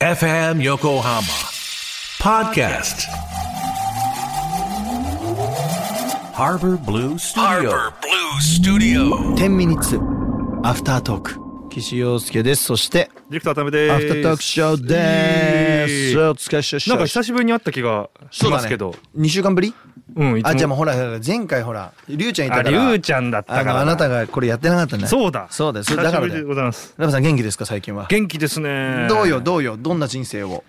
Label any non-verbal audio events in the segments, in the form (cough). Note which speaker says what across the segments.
Speaker 1: FM Yokohama Podcast Harbor Blue Studio
Speaker 2: Harbor Blue Studio
Speaker 3: 10ミニッツアフタートーク岸洋介ですそして
Speaker 4: ディレクターためで
Speaker 3: ア
Speaker 4: す。
Speaker 3: フタートークショーで
Speaker 4: イエ
Speaker 3: す
Speaker 4: ーイ
Speaker 3: お疲れ様でした
Speaker 4: なんか久しぶりに会った気がしますけど。
Speaker 3: 2週間ぶり
Speaker 4: うん、いつも
Speaker 3: あじゃあもうほらほら前回ほらりゅうちゃんいた
Speaker 4: あ、
Speaker 3: か
Speaker 4: り
Speaker 3: ら
Speaker 4: ゅうちゃんだったか
Speaker 3: あの
Speaker 4: ら。
Speaker 3: あなたがこれやってなかったね
Speaker 4: そうだ。
Speaker 3: そうですそれ
Speaker 4: 久
Speaker 3: だ
Speaker 4: し
Speaker 3: から
Speaker 4: ぶり
Speaker 3: だ
Speaker 4: で
Speaker 3: よ
Speaker 4: ございます。
Speaker 3: ラブさん元気ですか最近は
Speaker 4: 元気ですね。
Speaker 3: どうよどうよどんな人生を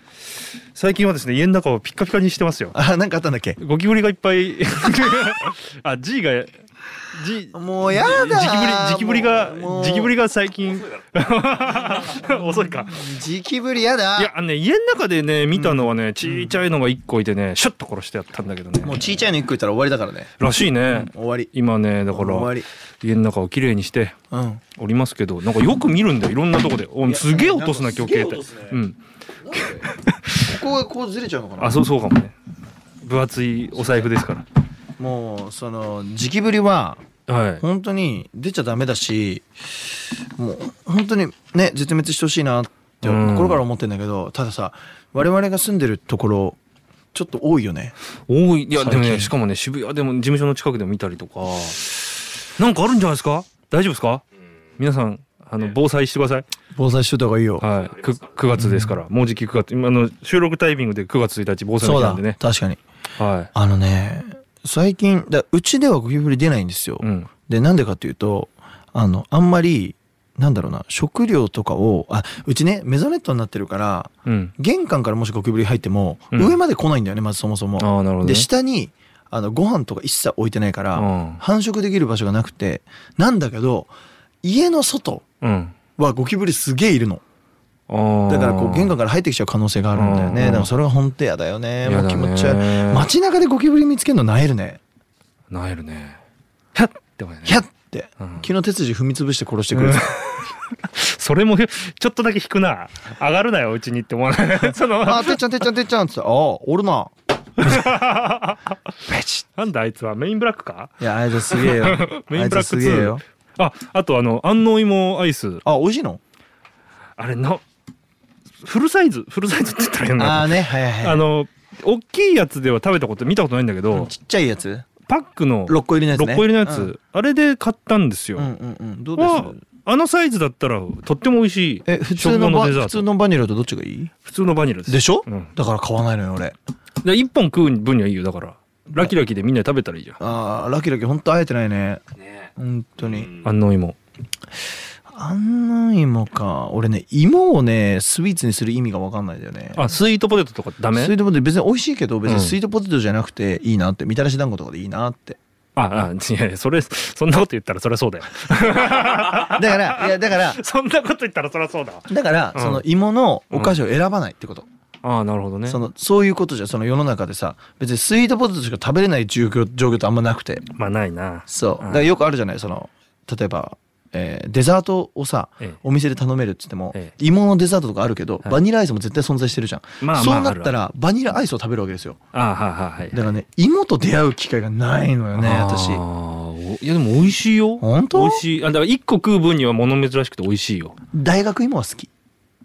Speaker 4: 最近はですね、家の中をピッカピカにしてますよ。
Speaker 3: あなんかあったんだっけ
Speaker 4: ゴキブリがいっ
Speaker 3: (laughs)
Speaker 4: ぱい。あ、G が、G、
Speaker 3: もうやだ
Speaker 4: ジキブリ、ジキブリ
Speaker 3: も
Speaker 4: が、
Speaker 3: う
Speaker 4: ジキブリが最
Speaker 3: (laughs)
Speaker 4: 近。遅いか。
Speaker 3: じきぶりやだ
Speaker 4: いや、あのね、家の中でね、見たのはね、ちいちゃいのが一個いてね、シュッと殺してやったんだけどね。
Speaker 3: もうちいちゃいの1個いたら終わりだからね
Speaker 4: らしいね。
Speaker 3: 終わり
Speaker 4: 今ね、だか
Speaker 3: 終わ
Speaker 4: ら
Speaker 3: り、
Speaker 4: 家の中をきれいにして。
Speaker 3: うん
Speaker 4: おりますけどなんかよく見るんだよいろんなとこでおすげえ落とすな今日携帯、うん
Speaker 3: ここがこうずれちゃうのかな
Speaker 4: あそうそうかもね分厚いお財布ですか
Speaker 3: もうそのじきぶりは
Speaker 4: らはい
Speaker 3: 本当に出ちゃダメだしもう本当にね絶滅してほしいなって
Speaker 4: うん
Speaker 3: 心から思ってんだけどたださ我々が住んでるところちょっと多いよね
Speaker 4: 多いいやで
Speaker 3: 最
Speaker 4: もね
Speaker 3: 近
Speaker 4: しかもね渋谷でも事務所の近くでも見たりとかなんかあるんじゃないですか大丈夫ですか皆さんあの防災してください、
Speaker 3: 防災しといた方がいいよ
Speaker 4: はい、く 9, 月ですから、もうじき9月今の収録タイミングで9月1日防災の
Speaker 3: そう
Speaker 4: 日な
Speaker 3: だ
Speaker 4: んでね
Speaker 3: 確かに
Speaker 4: は
Speaker 3: あのね最近だうちではゴキブリ出ないんですよ、
Speaker 4: い、うん、
Speaker 3: でなんでかっていうとあのあんまりなんだろうな食料とかをあうちねメゾネットになってるから
Speaker 4: うん、
Speaker 3: 玄関からもしゴキブリ入っても、
Speaker 4: うん
Speaker 3: 上まで来ないんだよねまずそもそも
Speaker 4: ああなるほど、ね、
Speaker 3: で下にあのご飯とか一切置いてないから、
Speaker 4: うん
Speaker 3: 繁殖できる場所がなくてなんだけど家の外
Speaker 4: うん
Speaker 3: はゴキブリすげえいるの
Speaker 4: あー
Speaker 3: だからこう玄関から入ってきちゃう可能性があるんだよね
Speaker 4: うん
Speaker 3: だからそれが本当やだよねも
Speaker 4: や
Speaker 3: う
Speaker 4: だ
Speaker 3: 気
Speaker 4: ね
Speaker 3: 持ち悪い街中でゴキブリ見つけるのなえるね
Speaker 4: なえるねひゃっって思うよね
Speaker 3: ひゃって、
Speaker 4: うん
Speaker 3: 昨日鉄次踏み潰して殺してくれた、
Speaker 4: それもちょっとだけ引くな上がるなようちにって思わ
Speaker 3: (laughs)
Speaker 4: ないその
Speaker 3: (laughs) あてっちゃんてっちゃんてっちゃんっつってああおる
Speaker 4: (laughs)
Speaker 3: な (laughs) ベチ
Speaker 4: なんだあいつはメインブラックか
Speaker 3: いやあいつすげえよ
Speaker 4: メインブラック
Speaker 3: あいつすげえよ
Speaker 4: ああとあの安納芋アイス
Speaker 3: あ美味しいの
Speaker 4: あれのフルサイズフルサイズって言ったら変
Speaker 3: あ
Speaker 4: な
Speaker 3: あねはいはいはい
Speaker 4: あの大きいやつでは食べたこと見たことないんだけど
Speaker 3: ちっちゃいやつ
Speaker 4: パックの
Speaker 3: 6個入りのやつね
Speaker 4: 6個入りのやつ、
Speaker 3: うん
Speaker 4: あれで買ったんですよ、
Speaker 3: うんうんうんどうです
Speaker 4: はあのサイズだったらとっても美味しい
Speaker 3: え普通
Speaker 4: 食後
Speaker 3: のバ
Speaker 4: デザー
Speaker 3: 普
Speaker 4: ト
Speaker 3: 通のバニラとどっちがいい
Speaker 4: 普通のバニラです
Speaker 3: でしょ、
Speaker 4: うん
Speaker 3: だから買わないのよ俺
Speaker 4: で1本食う分にはいいよだからラキラキでみんなで食べたらいいじゃん
Speaker 3: あーラキラキ本当会えてないね本当に
Speaker 4: 安納芋
Speaker 3: あんな芋か俺ね芋をねスイーツにする意味が分かんないんだよね
Speaker 4: あスイートポテトとかダメ
Speaker 3: スイートポテト別に美味しいけど別
Speaker 4: う
Speaker 3: に
Speaker 4: ん
Speaker 3: スイートポテトじゃなくていいなってみたらし団子とかでいいなって
Speaker 4: ああいやいやそれそんなこと言ったらそりゃそうだよ (laughs)
Speaker 3: だからいやだから
Speaker 4: そんなこと言ったらそりゃそうだ
Speaker 3: だから
Speaker 4: うん
Speaker 3: その芋のお菓子を選ばないってこと、
Speaker 4: ああなるほどね
Speaker 3: そのそういうことじゃんその世の中でさ別にスイートポテトしか食べれない状況状況ってあんまなくて
Speaker 4: まあないな
Speaker 3: そう
Speaker 4: うん
Speaker 3: だからよくあるじゃないその例えば、えーデザートをさ、
Speaker 4: ええ
Speaker 3: お店で頼めるっつっても、
Speaker 4: え
Speaker 3: 芋のデザートとかあるけど、
Speaker 4: はい
Speaker 3: バニラアイスも絶対存在してるじゃん、
Speaker 4: まあまあ
Speaker 3: そうなっ
Speaker 4: あ
Speaker 3: た
Speaker 4: る
Speaker 3: らバニラアイスを食べるわけですよ
Speaker 4: ああはいはい
Speaker 3: だ
Speaker 4: は
Speaker 3: からね芋と出会う機会がないのよ
Speaker 4: い
Speaker 3: ね私
Speaker 4: ああおいやでも美味しいよ
Speaker 3: 本当
Speaker 4: 美味しいあだから1個食う分には物珍しくて美味しいよ
Speaker 3: 大学芋は好き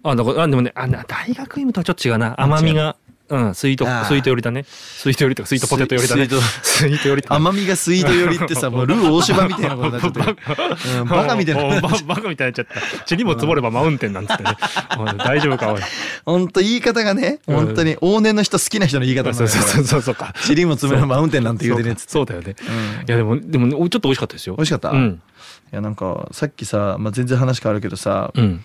Speaker 4: あだからあでもねあな大学芋とはちょっと違うな甘みがうんスイート
Speaker 3: ああ
Speaker 4: スイート寄りだねスイート寄りとかスイートポテト寄りだね
Speaker 3: スイー
Speaker 4: (laughs) スイート寄りだね
Speaker 3: 甘みがスイート寄りって
Speaker 4: (laughs)
Speaker 3: さもうルー大芝みたいなことになっちゃってる、うん、 (laughs) バカみたい
Speaker 4: おお
Speaker 3: な
Speaker 4: バ (laughs) バカみたいになっちゃった血にも積もればマウンテンなんつっ
Speaker 3: (laughs)
Speaker 4: てねおい大丈夫かおい
Speaker 3: ほんと言い方がね
Speaker 4: うん
Speaker 3: 本当に往年の人好きな人の言い方なんだ
Speaker 4: そう
Speaker 3: よ
Speaker 4: そうそうそうか
Speaker 3: チリも詰めるマウンテンなんて言うてねっつって
Speaker 4: そうかそうだよね、
Speaker 3: うん
Speaker 4: いやでもでもねおちょっと美味しかったですよ
Speaker 3: 美味しかった
Speaker 4: うん、
Speaker 3: いやなんかさっきさ、まあ、全然話変わるけどさ、
Speaker 4: うん、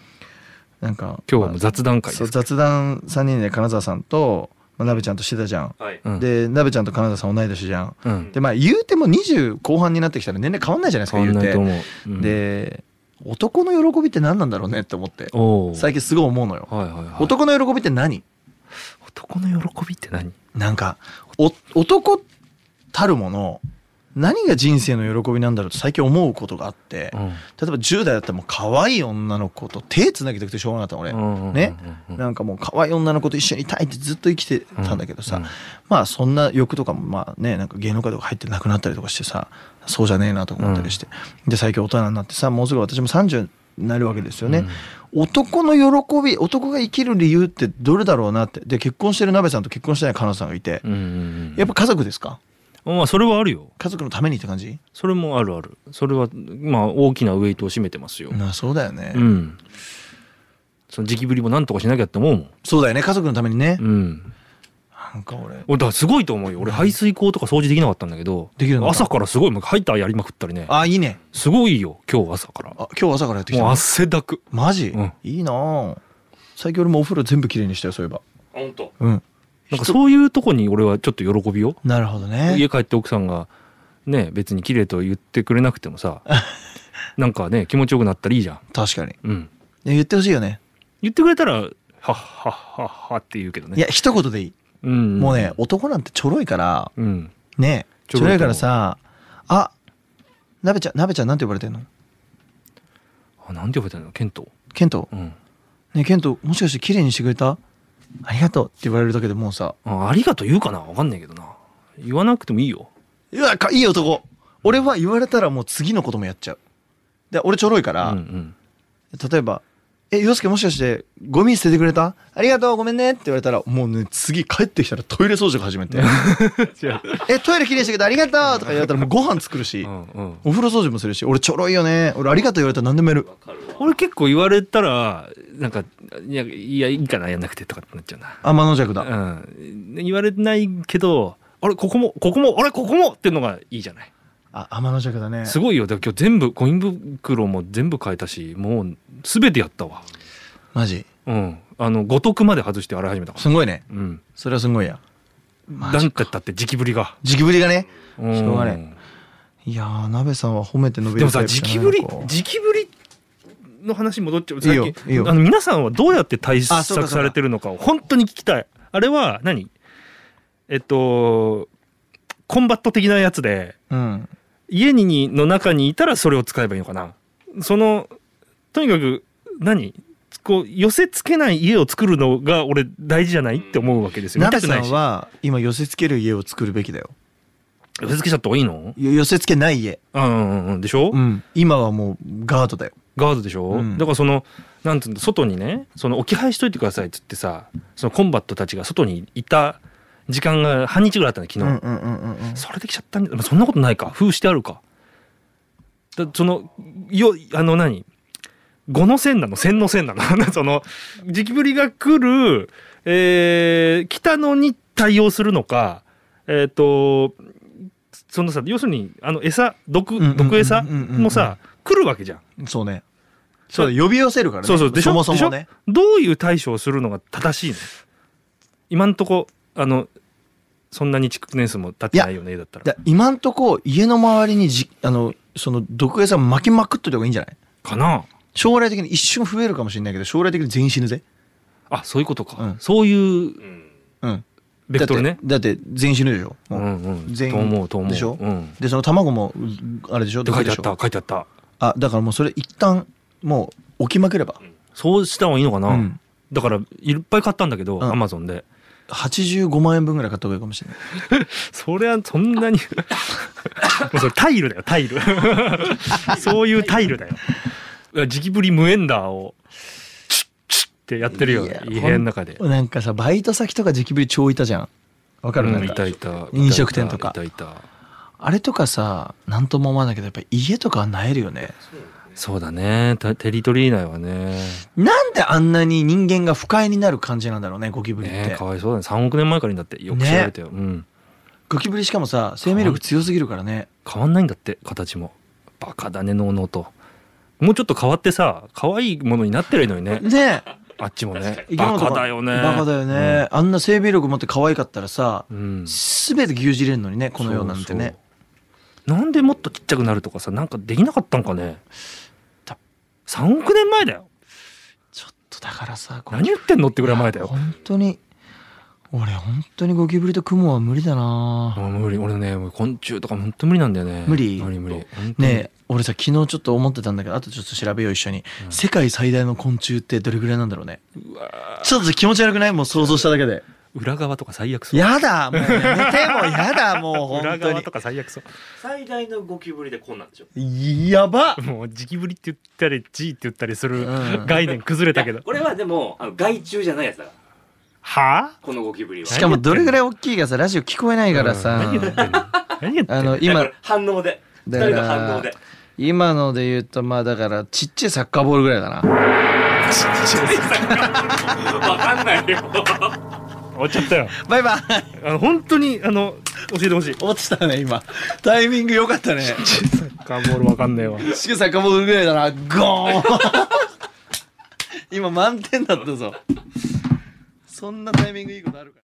Speaker 3: なんか
Speaker 4: 今日はもう
Speaker 3: ま
Speaker 4: 雑談
Speaker 3: あ
Speaker 4: 会
Speaker 3: そ
Speaker 4: で
Speaker 3: う
Speaker 4: す
Speaker 3: 雑談3人で金沢さんと、まあ、鍋ちゃんとしてたじゃん、
Speaker 4: う
Speaker 3: で
Speaker 4: ん
Speaker 3: なで鍋ちゃんと金沢さん同い年じゃん
Speaker 4: うん
Speaker 3: でまあ言うても20後半になってきたら年齢変わんないじゃないですか
Speaker 4: 変わ
Speaker 3: 言う
Speaker 4: んない
Speaker 3: て
Speaker 4: と思う、うん
Speaker 3: で男の喜びって何なんだろうねって思って
Speaker 4: おお
Speaker 3: 最近すごい思うのよ、
Speaker 4: はいはいはい
Speaker 3: 男の喜びって何
Speaker 4: 男の喜びって何
Speaker 3: なんかお男たるもの何が人生の喜びなんだろうと最近思うことがあって、
Speaker 4: うん
Speaker 3: 例えば10代だったらもう可愛い女の子と手つなぎたくてしょうがなかったの俺、
Speaker 4: うんうんうん
Speaker 3: ね
Speaker 4: うん
Speaker 3: なんかもう可愛い女の子と一緒にいたいってずっと生きてたんだけどさ、
Speaker 4: うんうん
Speaker 3: まあそんな欲とかもまあねなんか芸能界とか入ってなくなったりとかしてさそうじゃねえなとか思ったりして、で最近大人になってさもうすぐ私も30なるわけですよね、男の喜び男が生きる理由ってどれだろうなってで結婚してる鍋さんと結婚してない彼女さんがいて、
Speaker 4: うんうん
Speaker 3: やっぱ家族ですか
Speaker 4: うんまあそれはあるよ
Speaker 3: 家族のためにって感じ
Speaker 4: それもあるあるそれはまあ大きなウエイトを占めてますよ
Speaker 3: まあそうだよね、
Speaker 4: うんその時期ぶりもなんとかしなきゃって思うもん
Speaker 3: そうだよね家族のためにね、
Speaker 4: うん
Speaker 3: なんか俺
Speaker 4: 俺だからすごいと思うよ俺排水口とか掃除できなかったんだけど
Speaker 3: できるのか
Speaker 4: 朝からすごいもうハイターやりまくったりね
Speaker 3: あいいね
Speaker 4: すごいよ今日朝から
Speaker 3: あ今日朝からやってきた
Speaker 4: もう
Speaker 3: の
Speaker 4: 汗だく
Speaker 3: マジ、
Speaker 4: うん
Speaker 3: いいなあ最近俺もお風呂全部きれいにしたよそういえば
Speaker 4: 本当
Speaker 3: うん
Speaker 4: なんかそういうとこに俺はちょっと喜びを
Speaker 3: なるほどね
Speaker 4: 家帰って奥さんがね別に綺麗と言ってくれなくて
Speaker 3: (laughs)
Speaker 4: もさなんかね気持ちよくなったらいいじゃん、
Speaker 3: 確かに
Speaker 4: うん、
Speaker 3: いや言ってほしいよね
Speaker 4: 言ってくれたらはっはっはっはって言うけどね
Speaker 3: いや一言でいい、
Speaker 4: うん、
Speaker 3: もうね男なんてちょろいから
Speaker 4: うん
Speaker 3: ね
Speaker 4: ちょ
Speaker 3: ち
Speaker 4: ろ
Speaker 3: ょ
Speaker 4: い
Speaker 3: ろいからさあなべちゃんなべちゃんなんて呼ばれてんの
Speaker 4: あなんて呼ばれたのケント
Speaker 3: ケント
Speaker 4: うん
Speaker 3: ねえケントもしかしてきれいにしてくれたありがとうって言われるだけでもうさ
Speaker 4: あありがとう言うかなわかんないけどな言わなくてもいいよ
Speaker 3: うわかいい男俺は言われたらもう次のこともやっちゃうで俺ちょろいから、
Speaker 4: うんうん
Speaker 3: 例えば「え洋介もしかしてゴミ捨ててくれたありがとうごめんね」って言われたらもうね次帰ってきたらトイレ掃除が始めて (laughs) 「えトイレきれいにしてくれたありがとう」とか言われたらもうご飯作るし、
Speaker 4: うんうん
Speaker 3: お風呂掃除もするし俺ちょろいよね俺ありがとう言われたら何でもやる
Speaker 4: 俺結構言われたらなんかいやいやいいかなやんなくてとかってなっちゃうな
Speaker 3: 天の弱だ、
Speaker 4: うん、言われてないけどあれここもここもあれここもっていうのがいいじゃない
Speaker 3: あ天の弱だね
Speaker 4: すごいよだから今日全部コイン袋も全部変えたしもう全てやったわ
Speaker 3: マジ
Speaker 4: うんあの五徳まで外して洗い始めたか
Speaker 3: すごいね
Speaker 4: らうん
Speaker 3: それはすごいやマ
Speaker 4: 何
Speaker 3: ジ
Speaker 4: かったって時期ぶりが
Speaker 3: 時期ぶりがね
Speaker 4: し
Speaker 3: しょうがねいやー鍋さんは褒めて伸びる
Speaker 4: でもさ
Speaker 3: タイプじ
Speaker 4: 時
Speaker 3: ゃない
Speaker 4: 期ぶり
Speaker 3: のか
Speaker 4: 時期ぶりの話戻っちゃう
Speaker 3: いいよ
Speaker 4: さっき
Speaker 3: いいよ
Speaker 4: あの皆さんはどうやって対
Speaker 3: あそう
Speaker 4: 策
Speaker 3: かそうか
Speaker 4: されてるのかを本当に聞きたいあれは何えっとコンバット的なやつで
Speaker 3: うん
Speaker 4: 家にの中にいたらそれを使えばいいのかなそのとにかく何こう寄せつけない家を作るのが俺大事じゃないって思うわけですよ見
Speaker 3: 鍋
Speaker 4: たくな
Speaker 3: さ
Speaker 4: いし
Speaker 3: んは今寄せつける家を作るべきだよ
Speaker 4: 寄せつけちゃった方がいいの
Speaker 3: よ寄せつけない家
Speaker 4: うんうんうんでしょ、
Speaker 3: うん、今はもうガードだよ
Speaker 4: ガードでしょ、
Speaker 3: うん
Speaker 4: だからそのなんつうんだ外にねその置き配しといてくださいっつってさそのコンバットたちが外にいた時間が半日ぐらいあったの昨日、
Speaker 3: うんうんうんうん
Speaker 4: それできちゃったんじゃまあそんなことないか封してあるかだそのよあの何五の線なの線の線なの (laughs) その時期ぶりが来る、えー来たのに対応するのかえっ、とそのさ要するにあの餌毒
Speaker 3: んうんうんうんうん
Speaker 4: 毒餌もさ来るわけじゃん。
Speaker 3: そうねそうだ呼び寄せるからね
Speaker 4: そうそうでしょ
Speaker 3: もそもね
Speaker 4: でしょどういう対処をするのが正しいの今んとこあのそんなに築年数も経ってないよねだったら
Speaker 3: だ今んとこ家の周りにじあのその毒餌巻きまくっといた方がいいんじゃない
Speaker 4: かな
Speaker 3: 将来的に一瞬増えるかもしれないけど将来的に全員死ぬぜ
Speaker 4: あそういうことか、
Speaker 3: うん
Speaker 4: そういう
Speaker 3: うん
Speaker 4: ベクトルね
Speaker 3: だってだって全員死ぬでしょ、
Speaker 4: う
Speaker 3: もうん
Speaker 4: うん
Speaker 3: 全員
Speaker 4: と思うと思う
Speaker 3: でしょ、
Speaker 4: うん
Speaker 3: でその卵もうあれでしょ
Speaker 4: で書いて
Speaker 3: で
Speaker 4: あっ
Speaker 3: しょ
Speaker 4: た書いてあった
Speaker 3: あだからもうそれ一旦もう置きまければ、
Speaker 4: そうした方がいいのかな、
Speaker 3: うん
Speaker 4: だからいっぱい買ったんだけど、
Speaker 3: ん
Speaker 4: アマゾンで
Speaker 3: 85万円分ぐらい買った方がいいかもしれない
Speaker 4: そりゃそん
Speaker 3: (laughs)
Speaker 4: なにもうそれタイルだよタイルそういうタイルだよいやジキブリ無縁だをチッチッってやってるよ
Speaker 3: いや
Speaker 4: 異変の中で
Speaker 3: なんかさバイト先とか時期ぶり超いたじゃんわかるな
Speaker 4: うんんい
Speaker 3: か
Speaker 4: たいた
Speaker 3: 飲食店とか
Speaker 4: いたいたいた
Speaker 3: あれとかさ何とも思わないけどやっぱ家とかはなえるよね
Speaker 4: そうだねたテリトリー内はね
Speaker 3: なんであんなに人間が不快になる感じなんだろうねゴキブリって、
Speaker 4: ねかわいそうだね3億年前からにだってよく調べてよ、うん
Speaker 3: ゴキブリしかもさ生命力強すぎるからね
Speaker 4: 変わんないんだって形もバカだねのうのうともうちょっと変わってさ可愛いものになってるのに
Speaker 3: (laughs)
Speaker 4: ね
Speaker 3: ね
Speaker 4: あっちもね
Speaker 3: え
Speaker 4: バカだよね
Speaker 3: バカだよね、あんな生命力持って可愛かったらさ、
Speaker 4: うん、うん
Speaker 3: すべ全て牛耳れるのにねこの世なんてね
Speaker 4: そうそうなんでもっとちっちゃくなるとかさなんかできなかったんかね
Speaker 3: た
Speaker 4: 3億年前だよ
Speaker 3: ちょっとだからさこれ
Speaker 4: 何言ってんのってぐらい前だよ
Speaker 3: 本当に俺本当にゴキブリとクモは無理だな、
Speaker 4: もう無理俺ねもう昆虫とか本当無理なんだよね
Speaker 3: 無理
Speaker 4: 無理無理本当に
Speaker 3: ねえ俺さ昨日ちょっと思ってたんだけどあとちょっと調べよう一緒に、世界最大の昆虫ってどれぐらいなんだろうねちょっと気持ち悪くないもう想像しただけで
Speaker 4: 裏側とか最悪そう
Speaker 3: やだもう寝てもやだもう
Speaker 4: 裏
Speaker 3: 本当
Speaker 4: 側
Speaker 3: に
Speaker 4: とか最悪そ
Speaker 5: 最大のゴキブリでこんなんでしょ
Speaker 3: やば
Speaker 4: うもうジキブリって言ったりジーって言ったりする
Speaker 3: うん
Speaker 4: 概念崩れたけど、
Speaker 5: これはでもあの害虫じゃないやつだから
Speaker 4: はあ
Speaker 5: このゴキブリは
Speaker 3: しかもどれぐらい大きいかさラジオ聞こえないからさ
Speaker 4: 何やってんの何やってんの
Speaker 3: あの
Speaker 5: だか
Speaker 3: 今
Speaker 5: ら反応で二
Speaker 3: だから
Speaker 5: 人の反応で
Speaker 3: 今ので言うとまあだからちっちゃいサッカーボールぐらいだな
Speaker 5: 分かんないよ
Speaker 4: 終わっちゃったよ
Speaker 3: バイバイ
Speaker 4: (laughs) あの本当にあの教えてほしい
Speaker 3: 落ちたね今タイミング良かったねちっ
Speaker 4: ガンボールわかんねえわ
Speaker 3: ちゃいサッカーボールぐらいだなゴーン今満点だったぞそんなタイミングいいことあるか